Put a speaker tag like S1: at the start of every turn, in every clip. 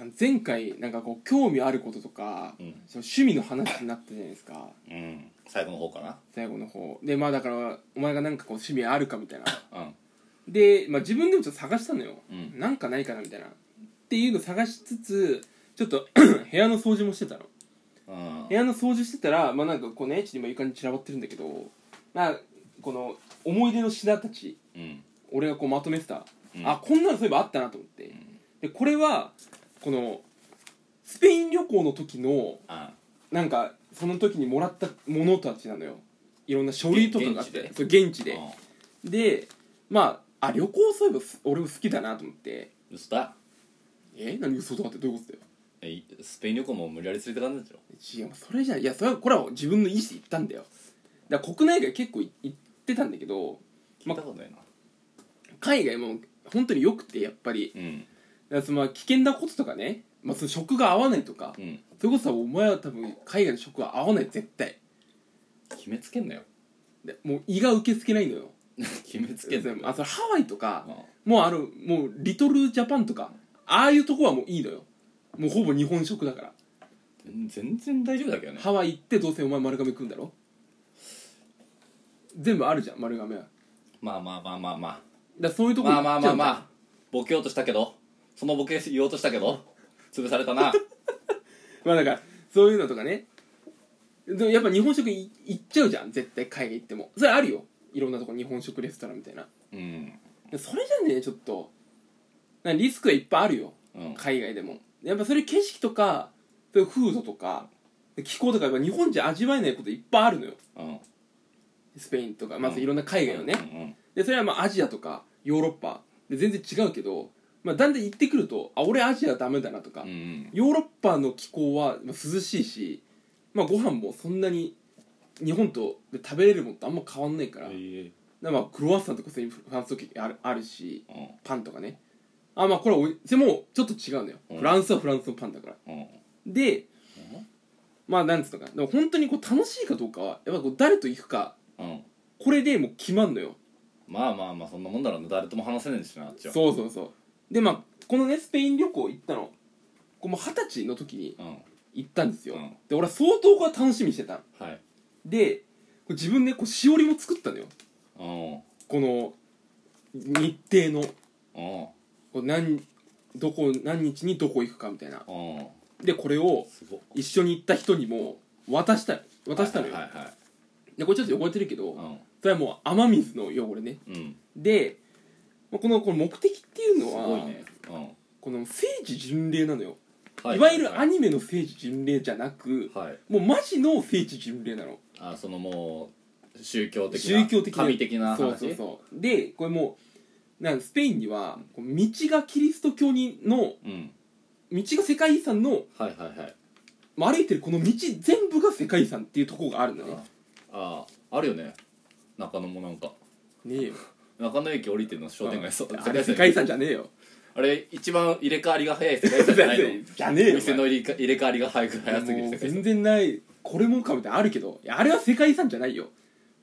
S1: あの前回なんかこう興味あることとか、
S2: うん
S1: その趣味の話になったじゃないですか
S2: うん最後の方かな
S1: 最後の方でまあだからお前がなんかこう趣味あるかみたい な
S2: うん
S1: で、まあ、自分でもちょっと探したのよ、
S2: うん
S1: なんかないかなみたいなっていうの探しつつちょっと 部屋の掃除もしてたの
S2: うん
S1: 部屋の掃除してたらまあなんかこうねちょっと今床に散らばってるんだけどまあこの思い出の品たち
S2: うん
S1: 俺がこうまとめてた、
S2: うん
S1: あこんなのそういえばあったなと思って、でこれはこのスペイン旅行の時の
S2: あ
S1: なんかその時にもらったものたちなのよいろんな書類とかがあって
S2: 現地で
S1: そう現地で
S2: うん
S1: でまああ旅行そういえばす俺も好きだなと思って
S2: 嘘だ
S1: え何嘘だってどういうことだよ
S2: えいスペイン旅行も無理やり連れてかんだでしょ
S1: 違うそれじゃないいやそれはこれは自分の意思で行ったんだよだから国内外結構い行ってたんだけど
S2: 聞いたことないな
S1: 海外も本当によくてやっぱり
S2: うん
S1: だからそのまあ危険なこととかね、まあ、その食が合わないとか、
S2: うん
S1: それこそお前は多分海外の食は合わない絶対
S2: 決めつけんなよ
S1: でもう胃が受け付けないのよ
S2: 決めつけんなよ
S1: あそれハワイとか、
S2: うん
S1: もうあのもうリトルジャパンとかああいうとこはもういいのよもうほぼ日本食だから
S2: 全全然大丈夫だけどね
S1: ハワイ行ってどうせお前丸亀食うんだろ全部あるじゃん丸亀はだか
S2: まあまあまあまあまあ
S1: らそういうとこ
S2: まあまあまあま
S1: あ
S2: あボケようとしたけどそのボケ言おうとしたけど潰され たな
S1: まあだからそういうのとかねでもやっぱ日本食い行っちゃうじゃん絶対海外行ってもそれあるよいろんなとこ日本食レストランみたいな
S2: うん
S1: でそれじゃねちょっとなんかリスクはいっぱいあるよ
S2: うん
S1: 海外でもやっぱそれ景色とかそういう風土とか気候とかやっぱ日本じゃ味わえないこといっぱいあるのよ
S2: うん
S1: スペインとかまずいろんな海外のね、
S2: うん
S1: でそれはまあアジアとかヨーロッパで全然違うけど、まあ、だんだん行ってくるとあ俺アジアダメだなとか、
S2: うんうん
S1: ヨーロッパの気候はまあ涼しいし、まあ、ご飯もそんなに日本とで食べれるものとあんま変わんないから,、
S2: え
S1: まあクロワッサンとかそういうフランス時あるあるし
S2: えうん
S1: パンとかねあまあこれはおいでもちょっと違うのよ、
S2: うん
S1: フランスはフランスのパンだから
S2: うん
S1: でまあなんつうのかなでも本当にこう楽しいかどうかはやっぱこう誰と行くか
S2: うん
S1: これでもう決まんのよ
S2: まあまあまあそんなもんだろうな誰とも話せないしなあっちは
S1: そうそうそうでまあこのねスペイン旅行行ったのこうもう二十歳の時に
S2: うん
S1: 行ったんですよ、
S2: うん
S1: で俺は相当これ楽しみにしてたの
S2: はい
S1: でこう自分でこうしおりも作ったのよ
S2: うん
S1: この日程の
S2: うん
S1: こう何どこ何日にどこ行くかみたいな
S2: うん
S1: でこれを
S2: すごっ
S1: 一緒に行った人にも渡した渡したのよ、
S2: はいはいはい
S1: でこれちょっと汚れてるけど、
S2: うん
S1: それはもう雨水の汚れね
S2: うん
S1: でまあこのこの目的っていう
S2: す
S1: のは
S2: ごいねうん
S1: この聖地巡礼なのよ
S2: はい
S1: わゆるア
S2: ニ
S1: ニメの聖地巡礼じゃなく
S2: はい
S1: もうマジの聖地巡礼なの
S2: あそのもう宗教的な
S1: 宗教的な
S2: 神的な話
S1: そうそうそうでこれもうなんかスペインにはこう道がキリスト教にの
S2: うん
S1: 道が世界遺産の
S2: はいはいはい
S1: まあ歩いてるこの道全部が世界遺産っていうところがあるのね
S2: ああああるよね中野もなんか
S1: ねえよ
S2: 中野駅降りてるの商店街そう
S1: あれは世界遺産じゃねえよ
S2: あれ一番入れ替わりが早い世界 遺産じゃない の
S1: じゃねえよ
S2: 店の入れ替入れ替わりが早く早すぎる
S1: もう
S2: 世界遺
S1: 全
S2: 産
S1: 然ないこれもかみたいなのあるけどいやあれは世界遺産じゃないよ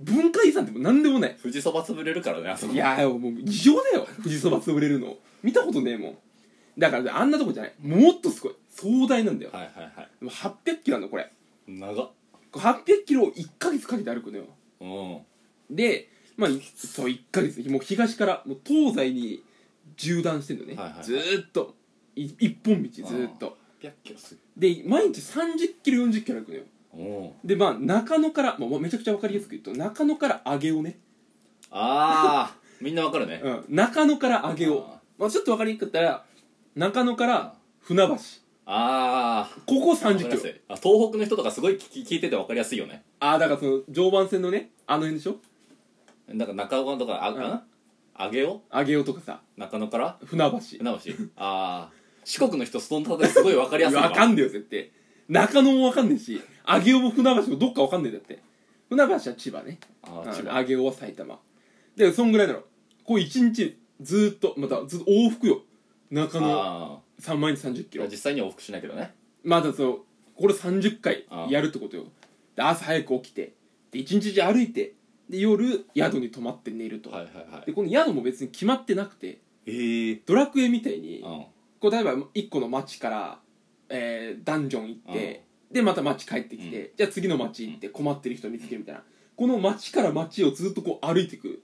S1: 文化遺産でも何でもない
S2: 富士そば潰れるからねあそこ
S1: いやーもう異常だよ 富士そば潰れるの見たことねえもんだからあんなとこじゃないもっとすごい壮大なんだよ
S2: はいはいは
S1: でも800キロなのこれ
S2: い長っ
S1: 800キロを1ヶ月かけて歩くのよ
S2: うん
S1: でまあそう1ヶ月もう東からもう東西に縦断してんのね、
S2: はいはい
S1: ずーっとい一本道ずーっと
S2: 100キロする
S1: で毎日30キロ40キロ歩くのよ
S2: うん
S1: でまあ中野から、まあ、めちゃくちゃ分かりやすく言うと中野から上げをね、
S2: ああみんなわかるね
S1: うん、中野から上げを
S2: あ
S1: まあ、ちょっと分かりにくかったら中野から船橋
S2: ああ
S1: ここ
S2: あ
S1: 3 0キロ
S2: 東北の人とかすごい聞き聞いててわかりやすいよね
S1: ああだからその常磐線のねあの辺でしょ
S2: なんか中岡とかあ、
S1: うん
S2: あ上げよ
S1: 上尾とかさ
S2: 中野から
S1: 船橋
S2: 船橋ああ四国の人その例えすごいわかりやすいわ
S1: わかんねえよ絶対中野もわかんねえし上尾も船橋もどっかわかんねえんだって船橋は千葉ね
S2: あ
S1: う
S2: あ
S1: ん
S2: 千葉
S1: 上尾は埼玉でそんぐらいだろこう一日ずーっとまたずっと往復よ中野
S2: あ
S1: 3万日3 0キ
S2: あ
S1: ロ
S2: 実際には往復しないけどね
S1: まだそのこれ30回
S2: ああ
S1: やるってことよで朝早く起きてで一日中歩いてで夜宿に泊まって寝ると、
S2: はいはいは
S1: でこの宿も別に決まってなくて
S2: いへえ
S1: ドラクエみたいに
S2: うん
S1: こう例えば1個の町から、えーダンジョン行って、でまた町帰ってきて、じゃあ次の町行って困ってる人見つけるみたいな、この町から町をずっとこう歩いていく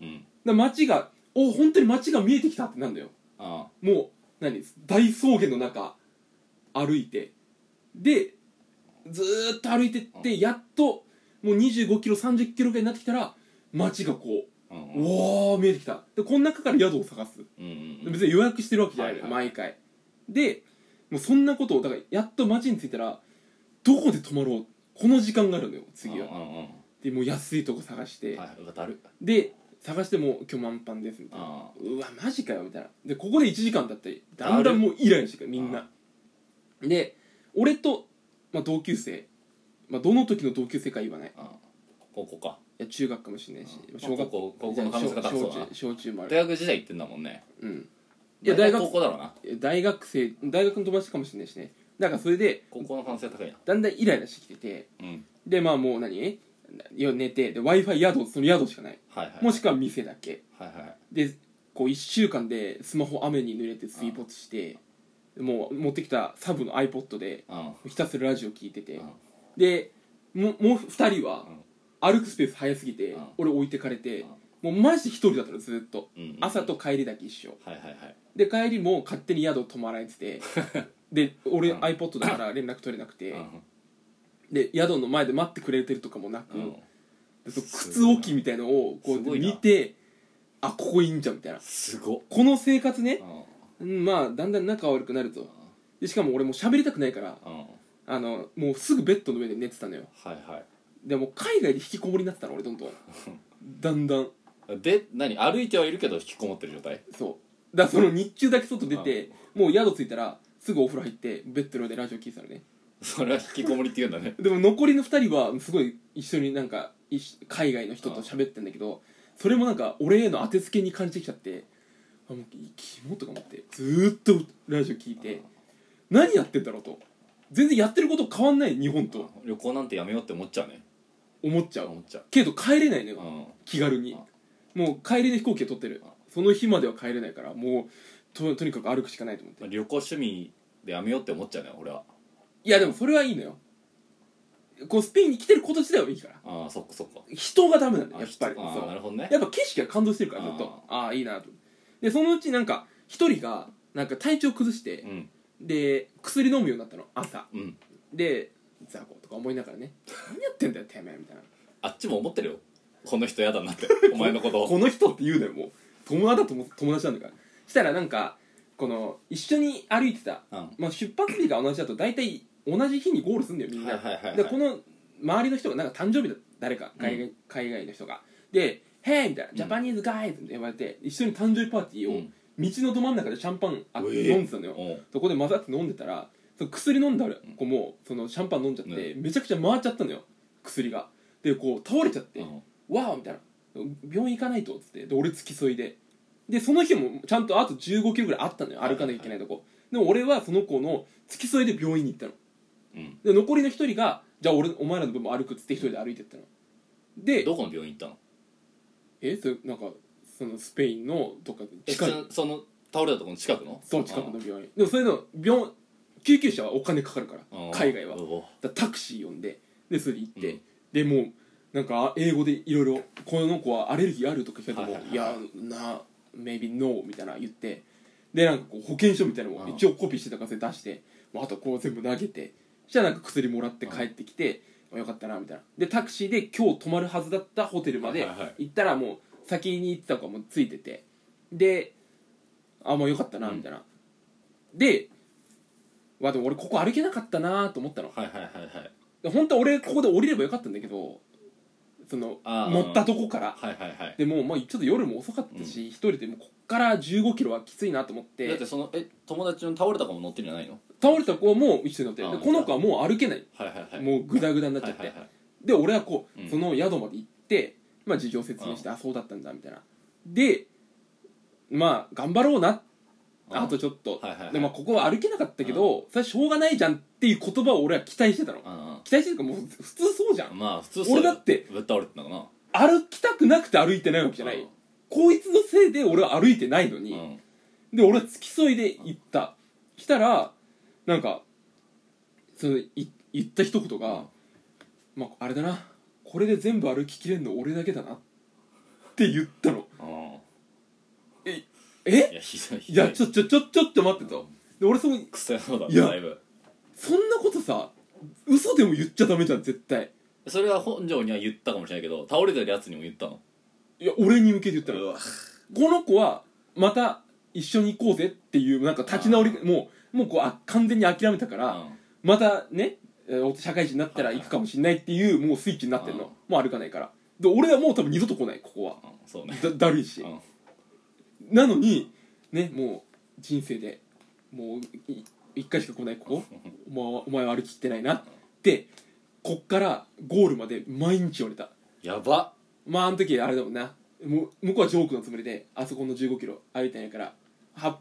S2: うん
S1: だから町がお本当に町が見えてきたってなんだよ
S2: あ
S1: もう何大草原の中歩いてでずーっと歩いてってやっともう2 5キロ3 0キロぐらいになってきたら町がこ
S2: あうん
S1: うう
S2: うん
S1: わー見えてきたでこの中から宿を探す
S2: うんうん
S1: 別に予約してるわけじゃない、
S2: はいはい
S1: 毎回でもうそんなことをだからやっと街に着いたらどこで泊まろうこの時間があるのよ次は
S2: うんうんうん
S1: でもう安いとこ探して、
S2: はいはいだる
S1: で探しても今日満帆ですみたいな
S2: あ
S1: うわマジかよみたいなでここで1時間だったり
S2: だる
S1: だんだんもうイライラしてくるみんなで俺と、まあ、同級生、まあ、どの時の同級生か言わないい
S2: あああ高校か
S1: や中学かもしれないし
S2: うん
S1: 小学
S2: 高校高校の可能性が高そう
S1: 小
S2: だな
S1: 中小中もあ
S2: 大
S1: る、
S2: 学時代行ってんだもんね
S1: うん、いや大学
S2: 高校だろうな
S1: 大学生大学の友達かもしれないしねだからそれで
S2: 高校の可能性高いな
S1: だんだんイライラしてきてて
S2: うん
S1: でまあもう何夜寝てで w i f i 宿その宿しかない
S2: はいはい
S1: もしくは店だけ
S2: はいはい
S1: でこう1週間でスマホ雨に濡れて水没してもう持ってきたサブの iPod で
S2: うん
S1: ひたすらラジオ聞いてて
S2: うん
S1: でももう2人は
S2: うん
S1: 歩くスペース早すぎて
S2: うん
S1: 俺置いてかれてもうマジで1人だったのずっと
S2: うん
S1: 朝と帰りだけ一緒
S2: はいはいはい
S1: で帰りも勝手に宿泊まられて てで俺
S2: うん
S1: iPod だ から連絡取れなくて
S2: うん
S1: で宿の前で待ってくれてるとかもなく
S2: うん
S1: でその靴置きみたいのをこ
S2: すご
S1: う
S2: いな
S1: 見てあここいいんじゃんみたいな
S2: すごっ
S1: この生活ね
S2: うん
S1: うんまあだんだん仲悪くなると
S2: う
S1: でしかも俺もう喋りたくないから
S2: んはい
S1: あのもうすぐベッドの上で寝てたのよ
S2: はい
S1: でもう海外で引きこもりになってたの俺どんどん だんだん
S2: で何歩いてはいるけど引きこもってる状態
S1: そうだからその日中だけ外出てもう宿着いたらすぐお風呂入ってベッドの上でラジオ聴いてたのね
S2: それは引きこもりって言うんだね
S1: でも残りの2人はすごい一緒になんか一緒海外の人と喋ってんだけどそれもなんか俺への当てつけに感じてきちゃってあもうキモとか思ってずーっとラジオ聞いて何やってんだろうと全然やってること変わんない日本と
S2: 旅行なんてやめようって思っちゃうね
S1: 思っちゃう
S2: 思っちゃ
S1: けど帰れないの
S2: うう
S1: よ
S2: ん
S1: 気軽にもう帰りの飛行機を取ってるその日までは帰れないからもうととにかく歩くしかないと思って
S2: まあ旅行趣味でやめようって思っちゃうね俺はい
S1: やでもそれはいいのよこうスペインに来てること自体はいいから
S2: ああそっかそっか
S1: 人がダメなんだよ
S2: あ
S1: やっぱり
S2: あ
S1: そう
S2: ーなるほどね
S1: やっぱ景色が感動してるからずっとああーいいなとでそのうちなんか一人がなんか体調崩して
S2: うん
S1: で薬飲むようになったの朝
S2: うん
S1: で雑魚とか思いながらね何やってんだよてめえみたいな
S2: あっちも思ってるよこの人やだなって お前のことを
S1: この人って言うのよもう友達だと思友達なんだからしたらなんかこの一緒に歩いてた、
S2: うん
S1: まあ、出発日が同じだと大体同じ日にゴールするんだよみんな、
S2: はいはいはいはい
S1: でこの周りの人がなんか誕生日だ誰か海外,、海外の人がで「へい!」みたいな「ジャパニーズガイズ!」って呼ばれて一緒に誕生日パーティーを
S2: う
S1: 道
S2: ん
S1: のど真ん中でシャンパンあ
S2: うえ
S1: 飲んでたのよ
S2: うん
S1: そこで混ざって飲んでたらその薬飲んだ子もそのシャンパン飲んじゃってめちゃくちゃ回っちゃったのよ薬がでこう倒れちゃって、
S2: うん
S1: わあみたいな病院行かないとっつってで俺付き添いででその日もちゃんとあと1 5キロぐらいあったのよ歩かなきゃいけないとこ、でも俺はその子の付き添いで病院に行ったの
S2: うん
S1: で残りの1人がじゃあ俺お前らの分も歩くっつって1人で歩いてったので
S2: どこの病院行ったの
S1: えそれなんかそのスペインのどっか
S2: え
S1: 近い
S2: そその倒れたとこの近くの
S1: そう近くの病院でもそういうの病救急車はお金かかるから
S2: うん
S1: 海外は
S2: う
S1: だ
S2: お
S1: からタクシー呼んででそれで行って、
S2: うん
S1: でもうなんか英語でいろいろ「この子はアレルギーある?」とか聞かれても
S2: はい
S1: 「
S2: はいい
S1: やな maybe no」みたいな言ってでなんかこう保険証みたいなの
S2: う
S1: も
S2: ん
S1: 一応コピーしてたからそれ出してもうあとこう全部投げてそしたらなんか薬もらって帰ってきて「まあよかったな」みたいなでタクシーで今日泊まるはずだったホテルまで
S2: はいはいはい
S1: 行ったらもう先に行ってた子はもうついててであもうよかったなみたいな、でわでも俺ここ歩けなかったなと思ったの
S2: はいはいはいはい
S1: で本当は俺ここで降りればよかったんだけどその
S2: あー
S1: 乗ったとこから
S2: はいはいはい
S1: でもう、まあ、ちょっと夜も遅かったし、一人でもうこっから1 5キロはきついなと思っ
S2: だっててそのえ友達の倒れた子も乗ってるんじゃないの
S1: 倒れた子も一緒に乗って
S2: あ
S1: で
S2: ー
S1: この子はもう歩けない、
S2: はいはいはい
S1: もうグダグダになっちゃって、
S2: はいはいはい
S1: で俺はこう、
S2: うん
S1: その宿まで行って、まあ、事情説明して、あそうだったんだみたいなでまあ頑張ろうな
S2: うん
S1: あとちょっと、
S2: はいはいはい
S1: でまあここは歩けなかったけど、それはしょうがないじゃんっていう言葉を俺は期待してたの、
S2: うん
S1: 期待してるからもう普通そうじゃん
S2: うんまあ普通
S1: 俺だって
S2: ぶっ倒れてたのかな
S1: 歩きたくなくて歩いてないわけじゃない、
S2: うん
S1: こいつのせいで俺は歩いてないのに、
S2: うん
S1: で俺は付き添いで行った来たらなんかそのい言った一言が、まあ、あれだなこれで全部歩ききれんの俺だけだなって言ったの
S2: うん
S1: え
S2: いやひどいひ
S1: い
S2: ど
S1: やちょちょちょちょって待ってとで俺その
S2: くそ野郎だ
S1: いや
S2: だいぶ
S1: そんなことさ嘘でも言っちゃダメじゃん絶対
S2: それは本庄には言ったかもしれないけど倒れてるやつにも言ったの
S1: いや俺に向けて言ったの
S2: わ
S1: この子はまた一緒に行こうぜっていうなんか立ち直り
S2: あー
S1: もうもうこうあ完全に諦めたか
S2: う
S1: ら、
S2: ん
S1: またねえー社会人になったら行くかもしれないっていうもうスイッチになってん
S2: うん
S1: のもう歩かないからで俺はもう多分二度と来ないここは
S2: うんそうね
S1: だだ るいし
S2: うん
S1: なのにねもう人生でもうい一回しか来ないここお前はお前は歩ききってないなってこっからゴールまで毎日折れた
S2: やば
S1: まああの時あれだもんなもう向こうはジョークのつもりであそこの1 5キロ歩いてないからは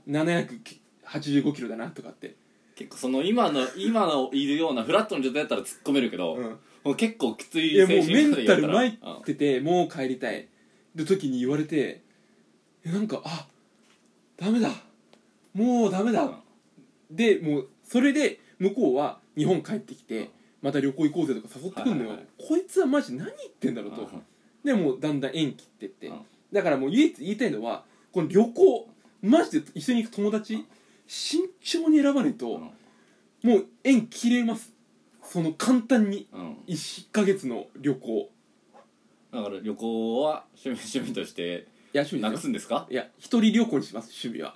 S1: 785キロだなとかって、
S2: 結構その今の今のいるようなフラットの状態だったら突っ込めるけど、
S1: うん、
S2: もう結構きつい
S1: いやもう
S2: 精
S1: メ
S2: 神状態
S1: ンタ
S2: だっ
S1: ル
S2: たら
S1: 参っててもう帰りたいって時に言われてえなんかあダメだもうダメ
S2: う
S1: だ、
S2: んうん
S1: でもうそれで向こうは日本帰ってきてまた旅行行こうぜとか誘ってくんのよ、
S2: はいはい
S1: こいつはマジ何言ってんだろうと、でもうだんだん縁切ってって、
S2: うん
S1: だからもう唯一言いたいのはこの旅行マジで一緒に行く友達、慎重に選ばないと、もう縁切れますその簡単に
S2: うんうん
S1: 1ヶ月の旅行
S2: だから旅行は趣味趣味として
S1: いや趣味
S2: な
S1: で
S2: く
S1: す
S2: す
S1: よ
S2: んですか
S1: いや一人旅行にします趣味は、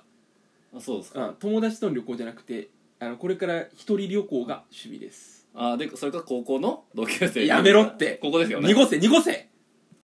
S2: あそうですか、
S1: うん、友達との旅行じゃなくてあのこれから一人旅行が趣味です
S2: あでそれか高校の同級生
S1: やめろって
S2: ここですよね
S1: 濁せ濁せ